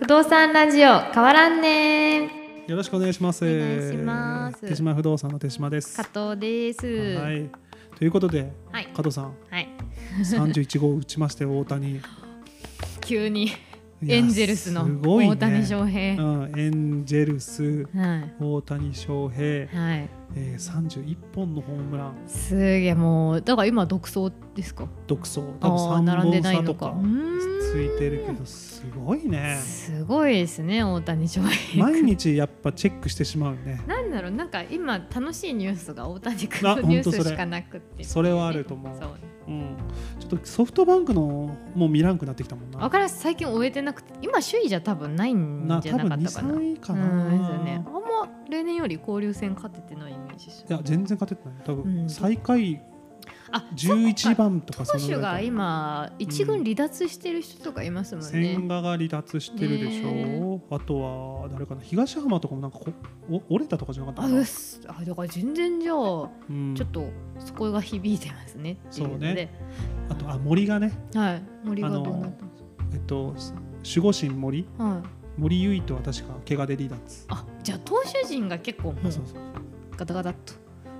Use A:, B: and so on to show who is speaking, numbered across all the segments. A: 不動産ラジオ変わらんね
B: よろしくお願いします。
A: お願いします
B: 手島不動産の手島です。は
A: 加藤ですはい、
B: い。ということで、
A: はい
B: 加藤さん、三十一号打ちまして大谷。い
A: 急に
B: や
A: エンゼルスの
B: すごいね
A: 大谷翔平、
B: うん、エンジェルス
A: はい
B: 大谷翔平、
A: はい
B: えー、31本のホームラン
A: すげえもうだから今独走ですか
B: 独走多分
A: あー
B: 3
A: 並んで
B: 本
A: ない
B: 差
A: の
B: と
A: か
B: か
A: うーん
B: ついてるけどすごいね
A: すごいですね大谷翔平
B: 毎日やっぱチェックしてしまうね
A: なんだろうなんか今楽しいニュースが大谷君の
B: あほんと
A: ニュー
B: そ
A: ス
B: れ
A: しかなくって
B: それはあると思う
A: そう
B: うん、ちょっとソフトバンクのもう見らんくなってきたもんな
A: わからん最近終えてなくて今首位じゃ多分ないん
B: な
A: じ
B: 多
A: ゃな
B: 分
A: かっ
B: 2、
A: たかな
B: 3位かな、
A: うんですよねあんま例年より交流戦勝ててないイメージです
B: いや全然勝ててない多
A: う
B: 分
A: ん
B: 最下位
A: あ
B: 11番とか
A: 投
B: そのぐ
A: 手
B: ら
A: が
B: い
A: 今一軍離脱してる人とかいますもんね、
B: 千賀が離脱してるでしょう、
A: ね
B: あとは誰かな東浜とかもなんかこお折れたとかじゃなかっ
A: あ
B: たかな
A: うっすあだから全然じゃあちょ
B: うん
A: っとそこが響いてますねっていうので
B: あとあ森がね
A: はい森がどうなったんです
B: えっと守護神森
A: か、はい、
B: 森唯とは確か怪我で離脱、
A: あじゃあ投手陣が結構も
B: そう
A: う
B: そう
A: ガタガタっと、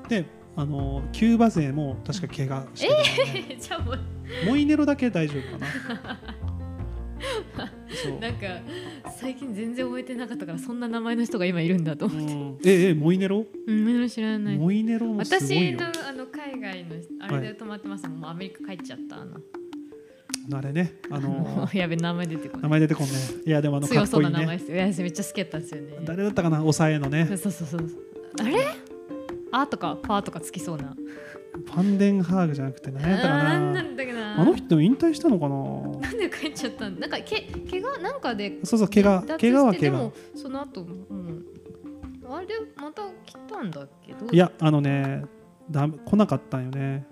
B: であのキューバ勢も確か怪我してるよね、
A: じゃあもう
B: モイネロだけ大丈夫かな そう
A: なんか最近全然覚えてなかったからそんな名前の人が今いるんだと思って、
B: うんええモイネロ
A: うん、何も知らない
B: モイネロもすごい
A: 私
B: よ
A: のあの海外のあれで泊まってました、もうアメリカ帰っちゃったあの、
B: あれねあの
A: やべ名前出てこ
B: 名
A: ない
B: 前出てこんねいやでもあのか
A: 強
B: っ
A: そ
B: こ
A: う
B: い
A: ない名前
B: ね
A: ですよ、いやめっちゃ好きやったんですよね
B: 誰だったかな抑えのね
A: そうそうそうあれあとかパーとかつきそうな
B: ファンデンハーグじゃなくて何やったか
A: あーな
B: なん
A: だっけな
B: あの人引退したのかな
A: なんで帰っちゃったんなんかけ怪我なんかで
B: そうそう怪我
A: 離脱して
B: 怪我は怪
A: で
B: 我
A: もその後も、うん、あれまた来たんだけど
B: いやあのねだ来なかったんよね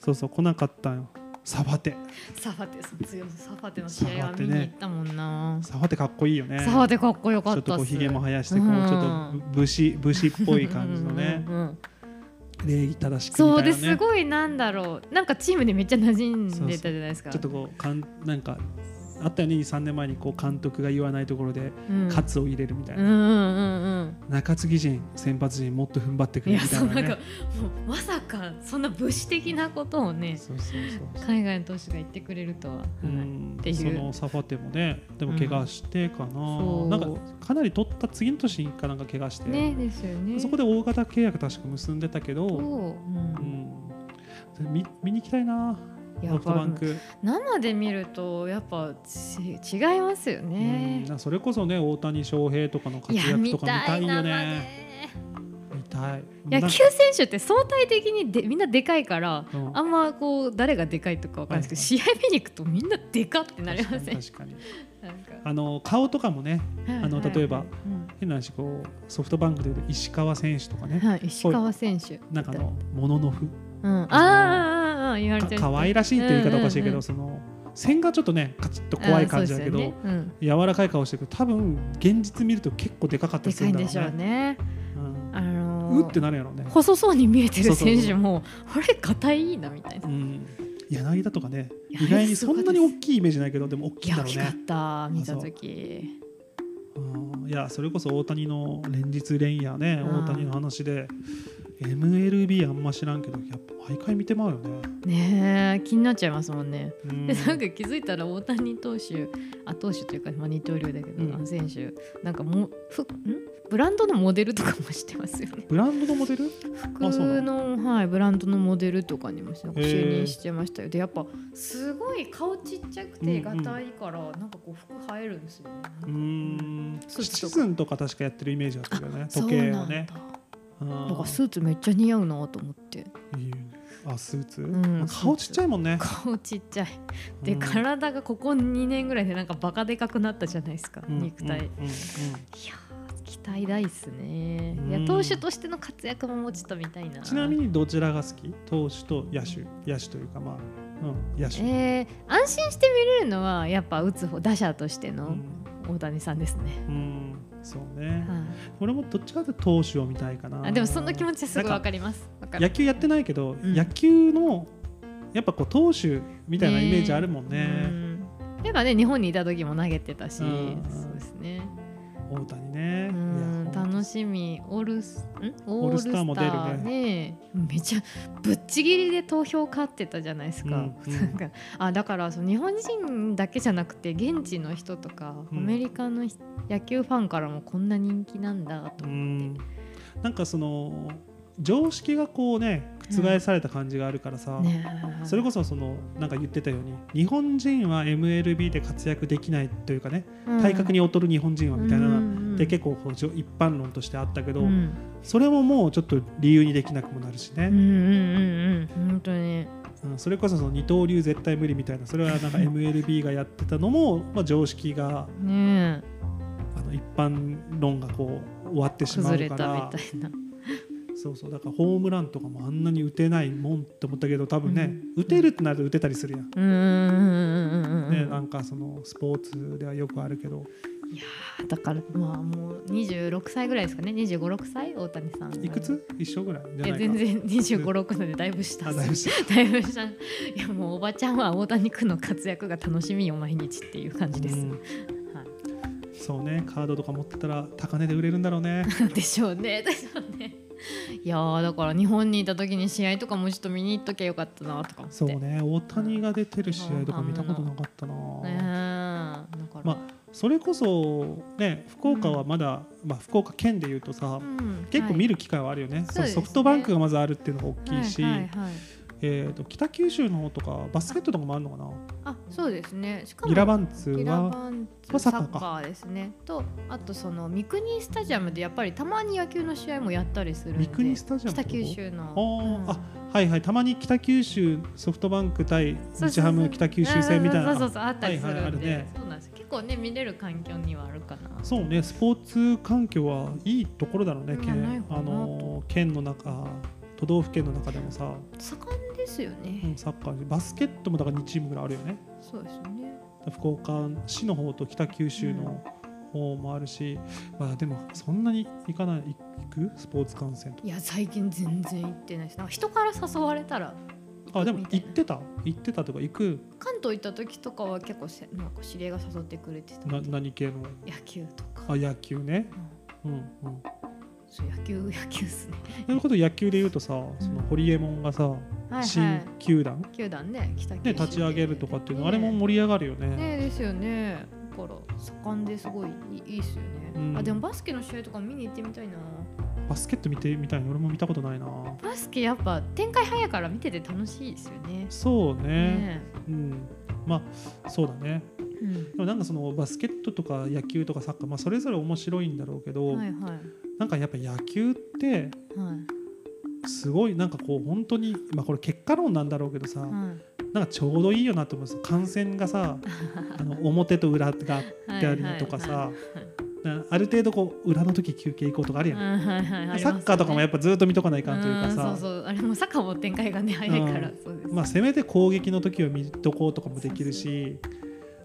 B: そうそう来なかったんよサバテ
A: サファテその強いサファテの試合は見に行ったもんな
B: サバテかっこいいよね
A: サファテかっこよか
B: ちょ
A: っ
B: っと
A: た
B: こう
A: っ
B: ひ
A: す
B: げも生やしてこ
A: うん
B: うちょっと武士武士っぽい感じのね
A: うんうんうん
B: 礼儀正しくみ
A: そう
B: たいな
A: で
B: ね
A: すごいなんだろうなんかチームでめっちゃ馴染んでたじゃないですか
B: ちょっとこうかんなんかあったよね23年前にこう監督が言わないところで
A: うん
B: カツを入れるみたい
A: うん
B: な、
A: うんうん
B: 中継ぎ陣先発陣もっと踏ん張って
A: う
B: く
A: んい
B: れ
A: や
B: みた
A: そう
B: いな
A: なんか
B: ね
A: もうまさかそんな武士的なことをね
B: そうそうそうそう
A: 海外の投手が言ってくれるとは、は
B: う
A: い
B: ん
A: っていう
B: そのサファテもねでも怪我してかな、
A: そう
B: なんかかなり取った次の年かなんか怪我して、
A: ねですよね
B: そこ
A: で
B: で大型契約確か結んでたけど、うん見見に行きたいな
A: や
B: ソ
A: っ
B: フトバ
A: ぱ
B: ンク、
A: 生で見るとやっぱち違いますよ
B: うん
A: ね、
B: なそれこそね大谷翔平とかの活
A: いや
B: 躍
A: 見
B: とか見た
A: たい
B: い
A: な
B: よ
A: 生
B: ね見たい
A: で野
B: なん
A: 球
B: か
A: 選手って相対的にでみんなでかいから
B: うん
A: あんまこう誰がでかいとかわかんないですけど、試合見に行くとみんなでかってなりません
B: 確かに確かに
A: なんか
B: あの顔とかもね
A: あ
B: あの例えば変な話こうソフトバンクでいうと石川選手とかね
A: はい、石川選手。
B: なんかあのもののふ
A: うん、あーあーあー、言われ
B: か
A: てる。
B: 可愛らしいっていう言い方おかしいけ
A: う
B: ど、
A: んうんうん
B: その線がちょっとねカチッと怖い感じだけど、
A: うんそうですよねうん
B: 柔らかい顔してるけど多分現実見ると結構でかかった
A: で
B: りす
A: か
B: る
A: いん
B: んだ
A: で
B: ろ
A: しょ
B: う
A: う
B: ね。
A: ね。
B: うん
A: あの
B: う
A: ー
B: ってなるやろうね。
A: 細そうに見えて
B: そ
A: る
B: うそうそう
A: 選手も、あれ、硬いなみたいな
B: う。ん、柳田とかね
A: 柳田
B: 意外にそんなに大きいイメージないけどでも大き
A: い
B: いん
A: や、
B: だ
A: 大
B: ろう
A: きか
B: ね
A: っ。た、見た時。
B: うんいやそれこそ大谷の連日連夜ね
A: うん
B: 大谷の話で MLB あんま知らんけどやっぱ毎回見てまうよね。
A: ねえ、気になっちゃいますもんね。
B: うん
A: で、なんか気づいたら、大谷投手、あ、投手というか、まあ、二刀流だけど、
B: うん
A: あの選手。なんかもう、ふ、ん、ブランドのモデルとかもしてますよね。
B: ブランドのモデル あそう
A: 服
B: な
A: の、はい、ブランドのモデルとかにもなんか
B: へー
A: 就任してましたよでやっぱすごい顔ちっちゃくてがたいから、なんかこう服映えるんですよね
B: うーん
A: スーツとか
B: シチズンとか確かやってるイメージだったけどね
A: そう
B: 時計
A: な
B: を
A: んだ
B: ね。うん
A: なんかスーツめっちゃ似合うなと思 って
B: いいよねあスーツ、
A: ん
B: 顔ちっちゃいもんね
A: 顔ちっちゃいで、
B: うん
A: 体がここ2年ぐらいでなんかバカでかくなったじゃないですか、
B: うん
A: 肉体、
B: うん
A: い
B: うんうん
A: やー期待大っすね、
B: うん
A: いや投手としての活躍ももうちょっと見たいな
B: ちなみにどちらが好き投手と野手野手というかまあ、うん、野手、
A: えー安心して見れるのはやっぱ打つ方打者として
B: う
A: の
B: ん
A: 大谷さんですね、
B: うんそうね、
A: はい
B: 俺もどっちかというと投手を見たいかな
A: あでもその気持ちはすごいわ
B: なんか
A: かります。わかる
B: 野球やってないけど、
A: ん
B: 野球のやっぱこう投手みたいなイメージあるもんね
A: うんやっぱね日本にいた時も投げてたしそう
B: うん
A: ですね
B: 大谷ね
A: う
B: い
A: ん
B: やほん
A: 楽しみオールスん
B: オ
A: オー
B: ール
A: ル
B: ス
A: ス
B: タ
A: タ
B: ー
A: ー
B: も
A: も
B: 出
A: 出
B: るね
A: るねめちゃぶっちぎりで投票勝ってたじゃないですか、
B: うんうん
A: なんかあだからその日本人だけじゃなくて現地の人とか、
B: うん
A: アメリカの人野球ファンからもこんな人気なんだと
B: う
A: 思っ
B: ん
A: て、
B: なんかその常識がこうね覆された感じがあるからさ、
A: ねえ
B: それこそそのなんか言ってたように日本人は MLB で活躍できないというかね体格に劣る日本人はみたいな
A: う
B: の
A: ん
B: で結構こうじょ一般論としてあったけど、
A: うん
B: それももうちょっと理由にできなくもなるし
A: うんうん
B: ね、
A: うんうん本当に
B: うんそれこそその二刀流絶対無理みたいなそれは なんか MLB がやってたのも、まあ、常識が
A: ねえ
B: あの一般論がこう終わってしまう
A: 崩れ
B: か
A: たみ
B: ら
A: たいな
B: そうそうだからホームランとかもあんなに打てないもんって思ったけど多分ね、打てるってなると打てたりするやん。
A: うんうんうんうんうんうん
B: ね、なんかそのスポーツではよくあるけど
A: いやーだからまあもう26歳ぐらいですかね2 5 6歳大谷さん
B: いくつ一緒ぐらいじゃ
A: い
B: ない
A: や全
B: か
A: 然2 5 6歳でだいぶ下
B: あ
A: っす
B: だいぶ下
A: だいぶ下 いやもうおばちゃんは大谷君の活躍が楽しみよ毎日っていう感じです、
B: うんそうねカードとか持ってたら高値で売れるんだろ うね
A: でしょうねでしょうねいやーだから日本にいた時に試合とかもちょっと見に行っときゃよかったなとか思って
B: そうね大谷が出てる試合とか見たことなかったな、
A: ねえだから、
B: まあそれこそね福岡はまだ、まあ、福岡県でいうとさ、
A: うん
B: 結構見る機会はあるよね,そ
A: そう
B: の、
A: です
B: ソ
A: ね
B: フトバンクがまずあるっていうのが大きいし、
A: はいはいはいはい
B: えー、と北九州の方とかバスケットとかもあるのかな
A: あそうですねしかも
B: ギラバンツ
A: ギラ
B: は
A: バンツ
B: まあサ
A: サ
B: ッカーか
A: ッカーですねとあとその三国スタジアムでやっぱりたまに野球の試合もやったりするんで
B: 三国スタジアムって
A: 北
B: こと
A: 九州の
B: あー、
A: うん
B: あはいはいたまに北九州ソフトバンク対日ハム北九州戦みたい
A: うんうんうんそうそう
B: な
A: そうあったりするんで、
B: はいはいあるね
A: そうなんです結構ね見れる環境にはあるかな
B: そうねスポーツ環境はいいところだろうね、
A: うん
B: 県
A: ないかな
B: あの県の中都道府県の中でもさ、
A: 盛んですよ
B: う
A: ね、
B: ん、サッカーバスケットもだから2チームぐらいあるよね
A: そうですね
B: 福岡市の方と北九州の方もあるし、まあでもそんなに行かない行くスポーツ観戦と
A: いや最近全然行ってないですなんか人から誘われたら
B: かあでも
A: みた
B: 行
A: い
B: っ
A: な
B: てた行ってたとか行く
A: 関東行った時とかは結構せなんか知り合いが誘ってくれてた
B: な何系の
A: 野球とか、
B: あ野球ね
A: うん
B: うんうん
A: そう野球 野球ですね
B: それこそ野球で言うとさ、そのホリエモンがさ、
A: はいはい
B: 新球団
A: 球団ね北九州
B: で
A: で
B: 立ち上げるとかっていうの、
A: ね
B: あれも盛り上がるよね。
A: ねですよねだから盛んですごいいいいいですよね、
B: うん
A: あでもバスケの試合とか見に行ってみたいな
B: バスケット見てみたいな、俺も見たことないな。
A: バスケやっぱ展開早いから見てて楽しいですよね
B: そうね、
A: ね
B: うん、まあ、そうだね。
A: うん
B: でもなんかそのバスケットとか野球とかサッカー、まあ、それぞれ面白いんだろうけど、
A: はいはい
B: なんかやっぱ野球って。
A: はい
B: すごいなんかこう本当にまあこれ結果論なんだろうけどさ、
A: は
B: なんかちょうどいいよなと思うんですよ観戦が さあの表と裏があっ
A: い
B: てあるのとかさ、
A: はい
B: なある程度こう裏の時休憩行こうとかあるやん、
A: はいはいはいはい
B: サッカーとかもや
A: っ
B: っぱずっと見とかないかんというかさ
A: そうそうあれもサッカーも展開がね早いから、
B: う
A: そうです、
B: まあ、せめて攻撃の時を見とこうとかもできるし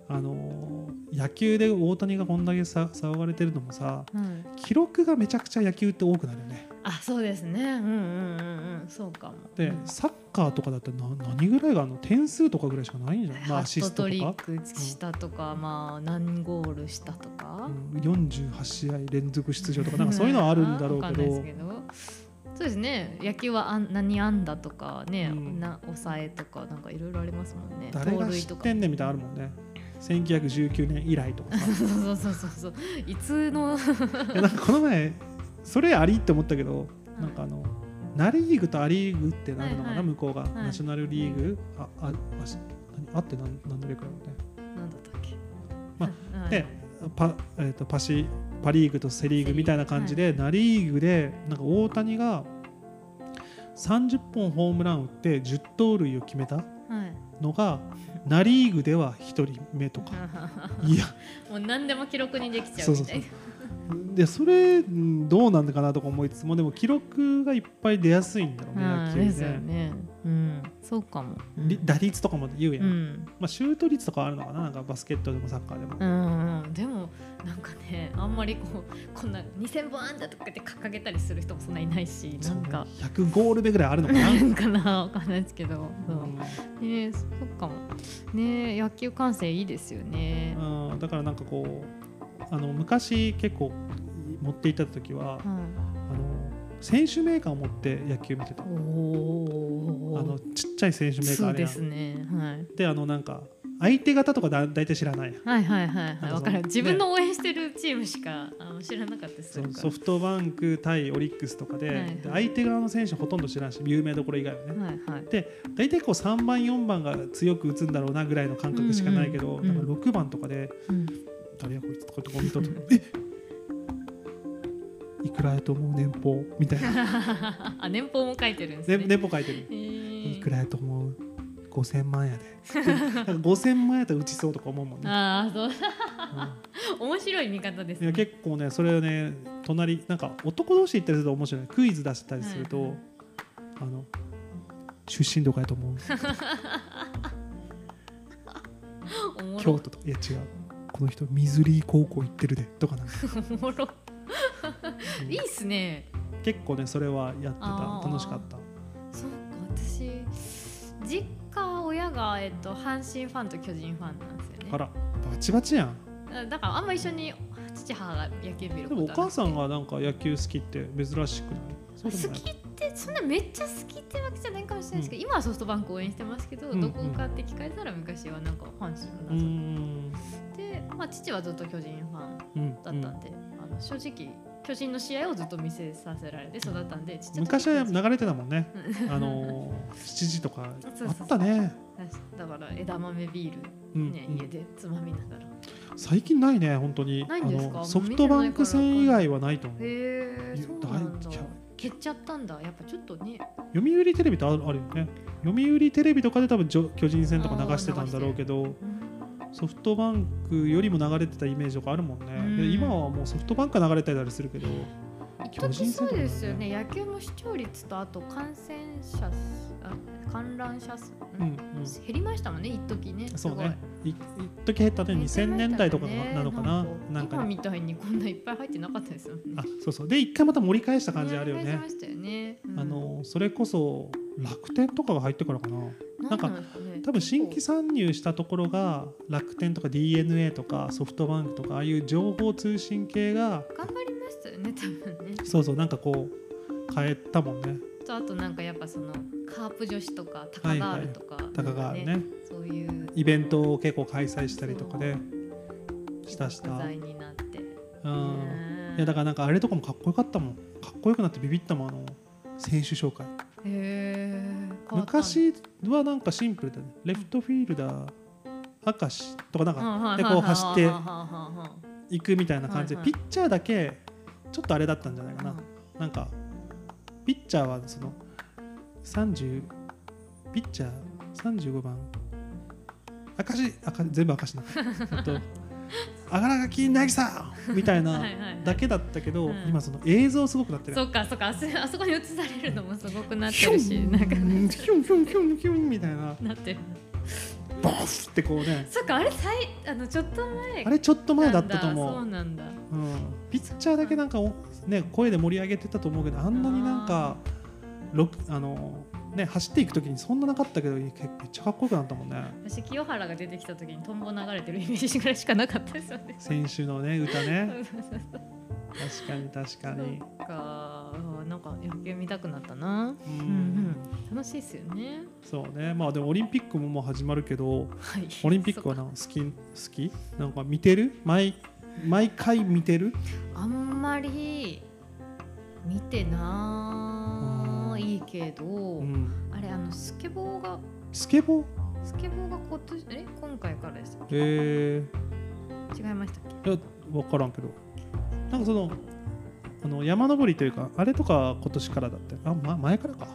B: あのー野球で大谷がこんだけさ騒がれてるのもさ
A: うん、
B: 記録がめちゃくちゃ野球って多くなるよね
A: あそうですねうんうんうんうんそうかも
B: で
A: うん
B: サッカーとかだってな何ぐらいがあるの点数とかぐらいしかないんじゃない、まあ、
A: ハ
B: アシ
A: ッ
B: ス
A: トト
B: トと
A: リッ
B: か、
A: クしたとか、まあ何ゴールしたとか
B: う、ん、48試合連続出場とかなんかそういうのはあるんだろうけ
A: わかんな
B: ど
A: いですそうですね野球はあん何安打とかね、
B: うん
A: な抑えとかなんかいろいろありますもんね
B: 誰が知ってんねんみたいなのあるもんね1919年以来とかさ
A: 盗塁とかそうそうそうそういつの
B: いやなんかこの前それありって思ったけど、なんかあのナ・リーグとア・リーグってなるのかな、
A: はいはい
B: 向こうが、
A: い
B: ナショナルリーグあああし何あって何何の略なのね
A: なんだったっけ
B: ま
A: あ、はい
B: でパ,、えー、とパシパ・リーグとセ・リーグみたいな感じで、ナ・リーグでなんか大谷が30本ホームラン打って10盗塁を決めた
A: はい、
B: のがナ・リーグでは1人目とかいや
A: もう何でも記録にできちゃ
B: そううそ
A: みた
B: う
A: い
B: そう
A: な
B: でそれうんどうなんだかなとか思いつつもでも記録がいっぱい出やすいんだろうね
A: あ
B: 野
A: ー
B: 球
A: ですよ
B: ね。
A: ね、うん、そうかも。うん
B: り打率とかも言うや、
A: うんん、
B: まあ、シュート率とかはあるのかななんかバスケットでもサッカーでも、
A: うんうん、でもなんかねあんまりこうこんな2,000本あんだとかって掲げたりする人もそんないないしなんか
B: そう100ゴール目ぐらいあるのかな、
A: な
B: うん
A: んかなわかんないですけど、そうねそっかもね野球観戦いいですよね。
B: うんだからなんかこうあの昔結構持っていた時は
A: は
B: あの選手メーカーを持って野球見てた
A: い、お
B: あ
A: お
B: の、ちっちゃい選手メーカー
A: そ
B: あ
A: う
B: れ
A: で
B: やん
A: すね。はい。
B: であのなんか相手方とかだ大体知らないやん
A: はいはいはいは、
B: ないんかその
A: わか
B: ね
A: る。自分の応援してるチームしか、あの知らなかったりす
B: そ
A: る
B: う
A: か
B: ソフトバンク対オリックスとかで,、
A: はい
B: で相手側の選手ほとんど知らんし有名どころ以外はね、
A: ら。はいはい。
B: 大体こう3番4番が強く打つんだろうなぐらいの感覚しかないけど、
A: うんうんうん
B: なんか6番とかで
A: うん、
B: 「誰やこいつ」とかってこう見とって 「えいくらやと思う年俸」みたい な
A: あ、年俸も書いてるんです
B: 年
A: ね。
B: 年俸書いてる
A: え
B: 「
A: ー
B: いくらやと思う5000万やで」 なんか5000万やったら打ちそうとか思うもんね。
A: ああ、そう、
B: うん
A: 面白い見方です、
B: い
A: ね。
B: や結構ねそれをね隣なんか男同士で行ったりすると面白いクイズ出したりすると、
A: はいはい
B: あの出身どこや と思う
A: おも
B: 京
A: ろ。
B: 都とかいや違うこの人水利高校行ってるでとかなんか
A: おもろ。
B: うん
A: いいっすね。
B: 結構ねそれはやって
A: あ
B: た
A: ー
B: 楽しかった
A: そうか、私。実家親が、えっと、阪神ファンと巨人ファンなんですよね
B: あ。らバチバチやん
A: だだからあんま一緒に父母が野球見るこ
B: でもお
A: とはなく
B: 母
A: て
B: さんがなんか野球好きって珍しくないそうでも
A: 好
B: ない
A: きってそんなめっちゃ好きってわけじゃないかもしれないですけど、今はソフトバンク応援してますけど、
B: うん
A: どこかって聞かれたら昔はなんか阪神
B: う
A: の
B: ー
A: 謎
B: ん
A: で、まあ、父はずっと巨人ファン
B: うん
A: だったんで、あの正直巨人の試合をずっと見せさせられて育ったんでちっちゃい時
B: 昔は流れてたもんね
A: う
B: あのー7時とか
A: そうそう
B: あ
A: そう
B: ったね
A: だから枝豆ビー
B: う
A: ル、
B: ん
A: ね
B: うん
A: 家でつまみながらへ
B: 最近ないね本当に
A: ないんですか
B: あのソフトバンク戦以外はないと思う読
A: え
B: いや
A: そうなんだ
B: 大体
A: 蹴っちゃったんだやっぱちょっとね
B: 売テレビってあるあるよね読売テレビとかで多分じょ巨人戦とか流してたんだろうけどソフトバンクよりも流れてたイメージとかあるもんねで
A: うん
B: 今はもうソフトバンクが流れてたりするけど
A: 一
B: 巨人
A: 時
B: 戦
A: そ
B: と
A: う
B: かね
A: ですよね野球も視聴率とあと感染者数あ観覧者数、
B: うんん
A: 減りましたもんね一時ね
B: うん
A: す
B: そ
A: ご
B: う
A: い
B: ねい一時減ったね
A: 減りましたよ
B: 2000
A: ね
B: 年代とかなのかななん
A: 今
B: か
A: みたいにこんないっぱい入ってなかったですよね
B: あそうそうで一回また盛り返した感じあるよ
A: 減り
B: ね
A: ましたよね、うん
B: あのそれこそ楽天とかが入ってからかななんか
A: ですね
B: 多分新規
A: そ
B: 参入したところが楽天とか d n a とかソフトバンクとかああいう情報通信系が
A: う頑張りましたよね多分ね
B: そうそうなんかこう変えたもんね
A: とあとなんかやっぱそのカープ女子とかタカガールとか、
B: たかがね
A: そういう
B: イベントを結構開催したりとかでしたし
A: 食
B: た
A: 材になって
B: うん
A: ね
B: いやだからなんかあれとかもかっこよかったもんかっこよくなってビビったもんあの選手紹介
A: へえ変わったんだ
B: 昔はなんかシンプルだねレフトフィールダー明石とかなんかでこう走って行くみたいな感じで
A: はいは
B: ピ
A: い
B: ッチャーだけちょっとあれだったんじゃないかななんかピッチャーはその30ピッチャー35番赤字赤字全 部赤字なえっと赤らがきなぎさみたいな
A: はいはいはい
B: だけだったけど、
A: うん
B: 今その映像すごくなってる
A: そっかそっかあそあそこに映されるのもすごくなってるし
B: ヒュン
A: なんか
B: うんヒュンヒュンヒュンヒュンみたいな
A: なってる
B: バフってこうね
A: そっかあれさいあのちょっと前
B: あれちょっと前だったと思
A: そううなんだ
B: うん、ピッチャーだけなんかお、ね、声で盛り上げてたと思うけどあんなになんかろくあの、ね、走っていく時にそんななかったけどけめっちゃかっこよくなったもんね
A: 私清原が出てきた時にトンボ流れてるイメージぐらいしかなかったですよね
B: 先週の、ね、歌ね
A: そうそうそうそう
B: 確かに確かに
A: そっかなんか野球見たくなったな
B: うん、
A: ん楽しいですよね
B: そうねまあでもオリンピックももう始まるけど
A: はい
B: オリンピックは
A: そっか
B: なんか好き好きなんか見てる毎毎回見てる
A: あんまり見てないけど、
B: うん
A: あれあのスケボーが
B: スケボー
A: スケボーが今年え今回からでしたっ
B: えー
A: け違いましたっけ
B: いや分からんけどなんかそのあの山登りというかあれとか今年からだってあ、ま、前からか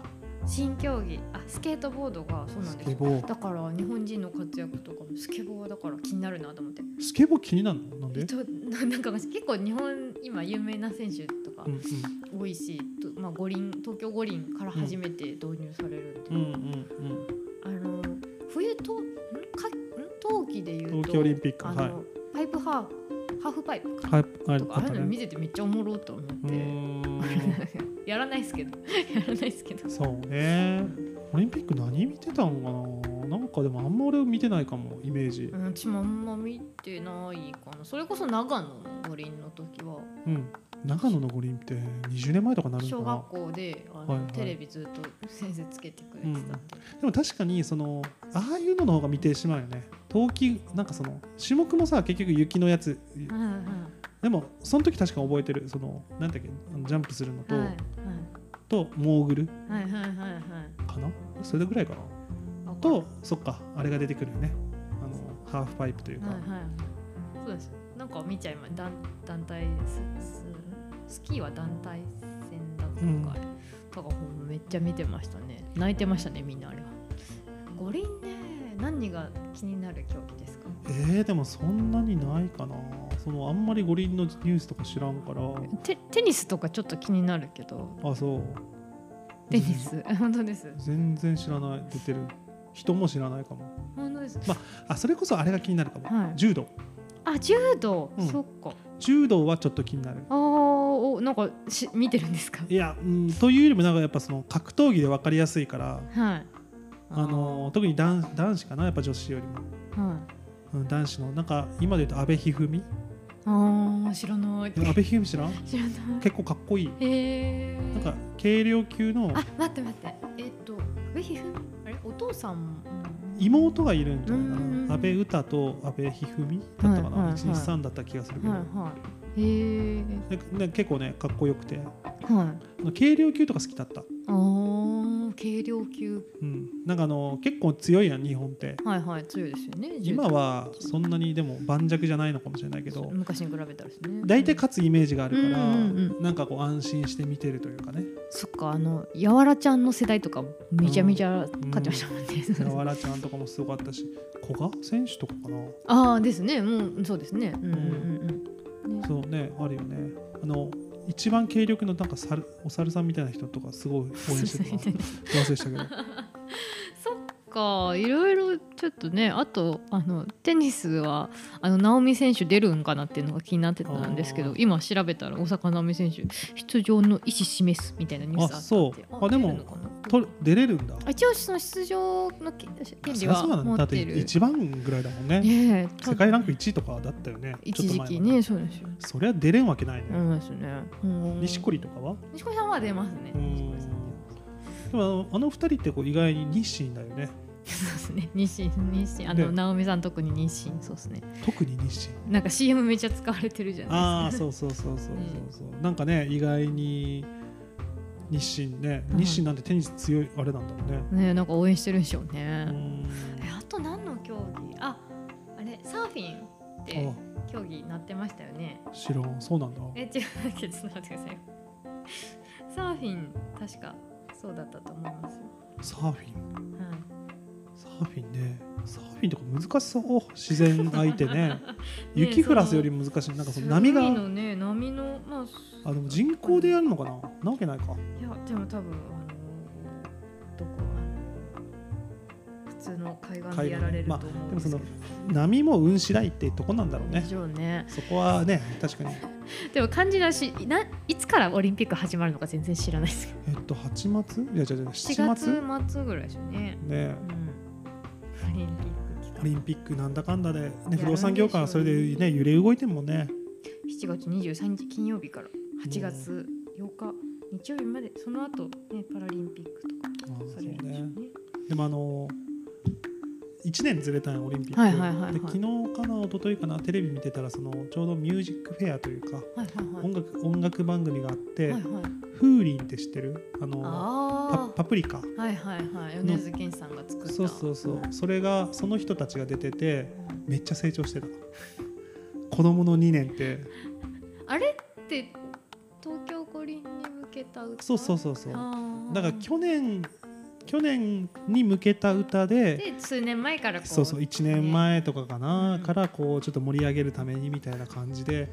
A: 新競技あスケートボードがそうなん
B: ス
A: で
B: ケ
A: す
B: ボー
A: だから日本人の活躍とかもスケボーはだから気になるなと思って
B: スケボー気になるのなんで、
A: えっとななんか結構日本今有名な選手とか
B: うん
A: 多いし、とまあ、五輪東京五輪から初めて導入されるって
B: うんうんうん
A: あの冬とんかん冬季でいうと
B: 東京オリンピック
A: あの、
B: は
A: パイプハーフハーフパイプ
B: う
A: か
B: んはいあれ
A: とかああいうの見ててめっちゃおもろと思
B: う
A: っ
B: ー
A: て、
B: ん
A: やらないですけど やらないですけど
B: そうねオリンピック何見てたのかななんかでもあんま俺見てないかもイメージ
A: うん私もあんま見てないかなそれこそ長野の五輪の時は
B: うん長野の五輪って20年前とかになる
A: 小
B: のかな
A: 学校であの、
B: はいはい
A: テレビずっと先生つけてくれてたんで、
B: でも確かにそのああいうのの方が見てしまうよね冬季なんかその種目もさ結局雪のやつ
A: うんうん
B: でもその時確か覚えてるそのなんだっけあのジャンプするのと、
A: はい
B: とモーグル
A: はいはいはいはいはい
B: かなそれぐらいかな
A: わかる
B: とそっかあれが出てくるよねあのハーフパイプというか、
A: はいはいそうですなんか見ちゃいま団団体スススキーは団体戦だとか、
B: うん
A: とかほんまめっちゃ見てましたね泣いてましたねみんなあれは五輪ね何が気になる競技ですか
B: えー、でもそんなにないかなそのあんまり五輪のニュースとか知らんから
A: テテニスとかちょっと気になるけど
B: あそう
A: テニス本当です
B: 全然知らない出てる人も知らないかも
A: 本当です
B: あそれこそあれが気になるかも、
A: はい
B: 柔道
A: あ柔道、
B: うん
A: そっか
B: 柔道はちょっと気になる
A: あーおなんかし見てるんですか
B: いや、うん、というよりもなんかやっぱその格闘技で分かりやすいから
A: はい
B: あのー特に男男子かなやっぱ女子よりも、
A: はい
B: うん、男子のなんか今で言うと阿部一二
A: ああ知らない
B: 三阿部一二三知らん
A: 知らない
B: 結構かっこいい
A: へえー、
B: なんか軽量級の
A: あ待って待ってえっ、とベヒフあれお父さん
B: 妹がいるんじゃないか
A: うんうんうん
B: な阿部詩と阿部一二三だったか
A: はいはいは
B: ない123だった気がするけど、
A: はいはいへえ
B: でで結構ねかっこよくて
A: はい
B: 軽量級とか好きだった、
A: あー軽量級
B: うん、なんかあの結構強いやん日本って
A: はいはい強いですよね
B: 今はそんなにでも盤石じゃないのかもしれないけ
A: 柔道
B: ど
A: 昔に比べたらですね
B: 大体勝つイメージがあるから、
A: うんうん
B: なんかこう安心して見てるというかね
A: そっかあのやわらちゃんの世代とかめちゃめちゃ勝ちましたもんね、
B: やわらちゃんとかもすごかったし古賀選手とかかな
A: ああですねもうそうですねうんうんうんうんね
B: そうねあるよねあの一番軽力のなんか猿お猿さんみたいな人とかすごい応援してたな忘れしたけど
A: そっかいろいろちょっとねあとあのテニスはあの直美選手出るんかなっていうのが気になってたんですけ
B: あ
A: ど
B: ー
A: 今調べたら大坂なおみ選手出場の意思示すみたいなニュースあったんで
B: あそうあでも
A: 出るのかな
B: と出れるんだ
A: あ一応その出場の権権利
B: そ
A: は
B: りゃそうなん
A: 持
B: だだ
A: っ
B: って
A: てる
B: 一番ぐらいだもんね
A: ねえ
B: 世界ランク1位とかだったよね
A: 一時期
B: ちょっと前まで
A: ねそうですよ
B: そりゃ出れんわけないね、
A: そうですねうん
B: 錦織とかは
A: 錦織さんは出ますね
B: うん
A: 錦織さんは
B: でもあのあの2人ってこう意外に日清だよね
A: そうですね日清日清あ
B: ね
A: の直美さん特に日清そうですね
B: 特に日清
A: なんか CM めっちゃ使われてるじゃ
B: あ
A: ない
B: あ
A: ですか
B: そうそうそうそうそうそう、なんかね意外に日清ね
A: うん
B: 日清なんてテニス強いあれなんだもんね、
A: ねなんか応援してるんでしょうね、
B: うん
A: えあと何の競技ああれサーフィンって競技になってましたよね
B: あ知らんそうなんだ
A: え違うけどちょっと待ってくださいサーフィン確かそうだったと思いますよ
B: サーフィン
A: はい
B: サーフィンねサーフィンとか難しそう自然相手ね雪降らすより難しいなんかその波が
A: 海のね波のまあす
B: あでも人工でやるのかななわけないか
A: いやでも多分あのどこあの普通の海岸でやられると
B: 海
A: 思
B: 岸ね
A: うんですけど、
B: まあ波も運次第ってとこなんだろうね
A: 以上ね
B: そこはね確かに
A: でも感じだしないつからオリンピック始まるのか全然知らないです
B: えっと8月いや違う違
A: 7
B: う7
A: 月
B: 月
A: 末ぐらいですよね、
B: ね
A: うん、オリンピック期
B: オリンピックなんだかんだで、ね、
A: や
B: 不動産業界はそれでね揺れ動いてるもんね
A: 7月23日金曜日から8月8日日曜日までその後、ね、パラリンピックと
B: ああ
A: か
B: そ
A: さ
B: う
A: れるんでしょう
B: ね
A: ね。
B: でもあの1年ずれたんよオリンピック、
A: はいはいはいはい
B: で昨日かな一昨日かなテレビ見てたらそのちょうどミュージックフェアというか
A: はいはいはい
B: 音楽音楽番組があって、
A: はいはい
B: フーリンって知ってるあのパ
A: あ
B: パプリカ
A: あはいはいはい米津玄師さんが作った
B: そうそうそうそれがその人たちが出ててめっちゃ成長してた子供の2年って
A: あれって東京五輪に向けた歌
B: そうそうそうそう
A: あー
B: だから去年去年に向けた歌で
A: で数年前からこう
B: そうそう1年前とかかな、
A: うん
B: からこうちょっと盛り上げるためにみたいな感じで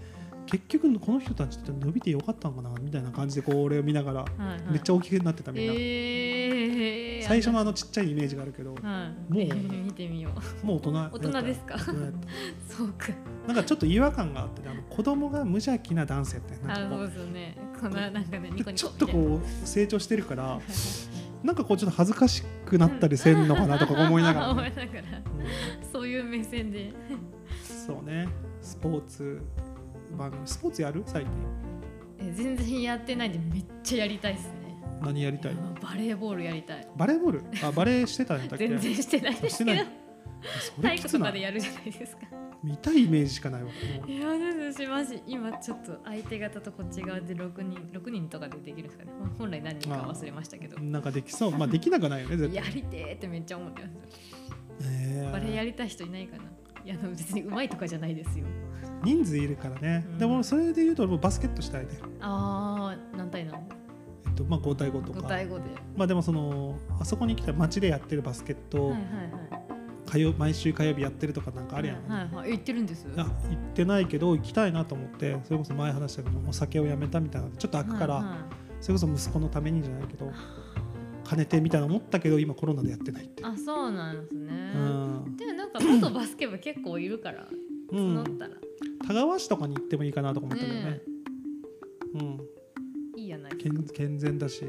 B: 結局この人たちって伸びてよかったのかなみたいな感じでこう俺を見ながら
A: はいはい
B: めっちゃ大きくなってたみんな、
A: えー、
B: 最初のあのちっちゃいイメージがあるけど
A: はい、
B: もう
A: えー見てみよう
B: もう大人やった
A: 大人ですか
B: 大人やっ
A: そうか
B: たなんかちょっと違和感があってねあの子供が無邪気な男性って
A: あ
B: なんかこ
A: そう
B: う
A: ですよねこのなんかねニコニコ
B: ちょっと
A: み
B: こう成長してるか
A: たい
B: ら
A: な
B: なんかこうちょっと恥ずかしくなったりせんのかなとか思いな がら、
A: 思いながらそういう目線で
B: そうねスポーツ番組スポーツやる最近
A: え全然やってないんでめっちゃやりたいですね
B: 何やりたい
A: あバレーボールやりたい
B: バレーボールあバレーしてたんだっけ
A: 全然してないで
B: し
A: す
B: て
A: け
B: な
A: ど
B: いそ
A: 体
B: れ
A: 育
B: きつ
A: と
B: な
A: かで
B: い
A: やるじゃないですか
B: 見たいイメージしかないわ
A: いやなんしまし今ちょっと相手方とこっち側で6人六人とかでできるんですかねほん本来何人か忘れましたけど
B: もうなんかできそうまあできなくはないよね絶対
A: やりてーってめっちゃ思ってます
B: え
A: バレーやりたい人いないかないやでも別にうまいとかじゃないですよ
B: 人数いるからね、
A: うん
B: でもそれで言うと俺もバスケットしたいね、
A: あー何対何
B: えっとまあ、5対5と
A: 5
B: か
A: 対5で
B: まあでもそのあそこに来た街でやってるバスケッ
A: は
B: ト、
A: いはいはい
B: 火曜毎週火曜日やってるとかなんかあるやん、
A: はいはい、言ってるんです
B: あ行ってないけど行きたいなと思ってそれこそ前話したけどお酒をやめたみたいなのでちょっと開くから、
A: はいはい
B: それこそ息子のためにじゃない けど兼ねてみたいな思ったけど今コロナでやってないって
A: あそうなんですね、
B: うん、
A: でもなんか元バスケ部結構いるから
B: う
A: 募っ
B: ん、
A: たら、
B: 田川市とかに行ってもいいかなとか思ったけどね
A: ね
B: うん
A: いいやないですか
B: 健健全だし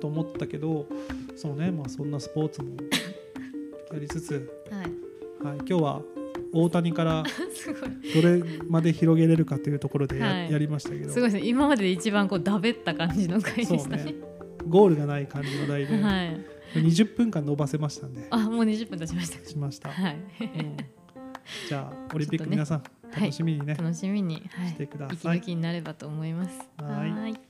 B: と思ったけどそうねまあそんなスポーツ もやりつつ、
A: あはい
B: はい、今日は大谷から
A: すごい
B: どれまで広げれるかというところでや,、
A: はい
B: やりましたけど
A: すごいですね今までで一番こうだべった感じの回で
B: そう
A: したね
B: ねゴールがない感じの題で、
A: はい
B: 20分間伸ばせましたんで
A: あもう20分経ちました
B: しました、
A: はい、
B: うん、じゃあオリンピッ
A: ちょっと
B: ク
A: ね
B: 皆さん、
A: はい
B: 楽しみにね、
A: 楽しみに、は
B: してください
A: 息抜きになればと思います
B: はい
A: ーい